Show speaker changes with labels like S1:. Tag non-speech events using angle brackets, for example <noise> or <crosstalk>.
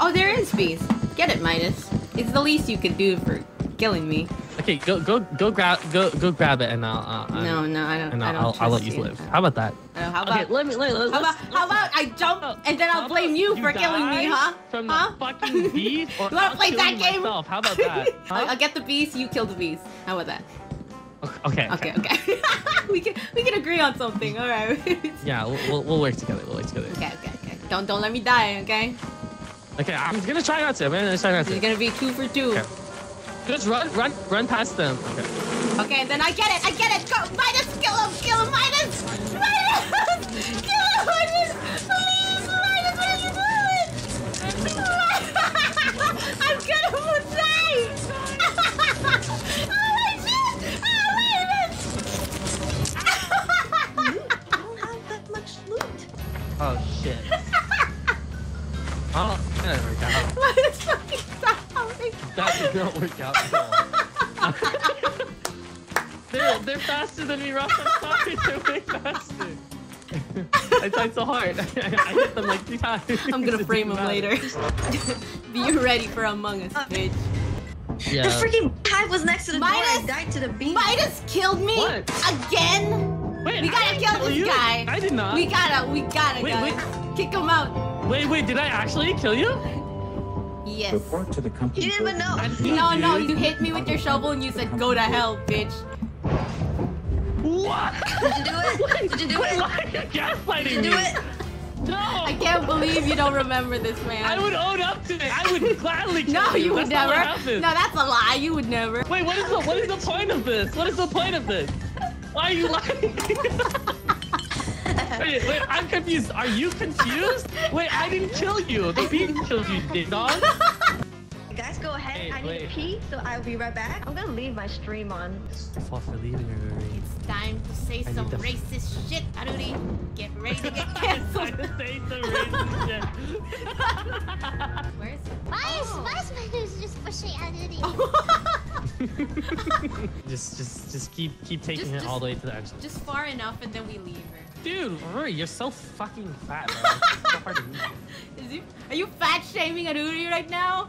S1: Oh, there is bees. Get it, Midas. It's the least you could do for killing me.
S2: Okay, go go go grab go go grab it and I'll. Uh,
S1: No, no, I don't.
S2: And
S1: I
S2: I'll,
S1: don't
S2: I'll, I'll let
S1: trust
S2: you live.
S1: I don't-
S2: How about that?
S1: I don't- How about?
S2: Okay, let me. Let, let,
S1: how about? How about I jump and then I'll blame you for killing me, huh?
S2: From the
S1: huh? <laughs>
S2: fucking bees. Or
S1: You wanna
S2: I'll
S1: play
S2: kill
S1: that
S2: you
S1: game?
S2: Myself. How
S1: <laughs>
S2: about that?
S1: I'll,
S2: Huh?
S1: I'll get the bees. You kill the bees. How about that?
S2: okay.
S1: Okay, okay. <laughs> we can we can agree on something. All right. <laughs> okay,
S2: Yeah, we'll, we'll, we'll work together. We'll work together. Okay.
S1: okay, okay. Don't don't let me die. Okay.
S2: I'm gonna try not to. I'm gonna try not
S1: This
S2: to.
S1: is gonna be two for two.
S2: Okay. Just run, run, run past them. Okay.
S1: Okay, then I get it. I get it. Go, Midas, kill him. Kill him, Midas. <laughs> Midas, kill him, Midas. Please, Midas, what are you doing? <laughs> Midas. I'm gonna <laughs> die. oh my shit! Oh, Midas. <laughs>
S3: don't have that much loot.
S2: Oh shit. oh, that didn't work out.
S1: Midas, fucking stop.
S2: That
S1: <laughs>
S2: did not work out at all. they're, they're faster than me, Ross. I'm sorry. <laughs> They're way faster. <laughs> I tried so hard. <laughs> I hit them like three times.
S1: I'm gonna frame him later. <laughs> Be ready for Among Us, bitch. <laughs>
S2: Yeah.
S3: The freaking guy was next to the door
S1: Midas-
S3: and died to the beam.
S1: Midas killed me
S2: What?
S1: again.
S2: Wait,
S1: We
S2: I
S1: gotta
S2: didn't
S1: kill
S2: kill
S1: this
S2: you.
S1: guy.
S2: I did not.
S1: We gotta, we gotta,
S2: Wait,
S1: guys. Kick him out.
S2: Wait, wait, did I actually kill you?
S1: Yes.
S4: Report to the company.
S3: You didn't even know.
S2: I did
S1: No,
S2: not,
S1: no,
S2: dude.
S1: you hit me with your shovel and you said, go to hell, bitch.
S2: <laughs> What?
S3: Did you do it? Did you do
S2: Wait,
S3: it?
S2: why are you gaslighting
S3: Did you do
S2: me?
S3: it? <laughs>
S2: No!
S1: I can't believe you don't remember this, man.
S2: I would own up to it. I would gladly kill
S1: no,
S2: you.
S1: you would
S2: That's not what
S1: never.
S2: happened.
S1: No, that's a lie. You would never. <laughs>
S2: Wait, what is the what is the point of this? What is the point of this? Why are you lying? <laughs> wait, wait, I'm confused. Are you confused? Wait, I didn't kill you. The beat killed you, ding dong.
S3: Guys, go ahead.
S2: Hey,
S3: I need
S2: wait.
S3: to pee, so I'll be right back. I'm gonna leave my stream on.
S2: Fall for leaving <laughs>
S1: It's time to say
S2: I need
S1: some
S2: to-
S1: racist shit, Aruri. Get ready to <laughs> get
S2: I
S1: canceled.
S2: just say some racist
S1: Where <laughs> is
S5: Why is
S1: Oh.
S5: why is my nose just pushing out of the
S1: it?
S2: shit. just, just, just keep, keep taking
S1: Just-
S2: it all
S1: just-
S2: the way to the exit.
S1: Just far enough and then we leave her.
S2: Dude, Rory, you're so <laughs> fucking fat. Man. It's so hard to eat.
S1: Is you, are you fat shaming Aruri right now?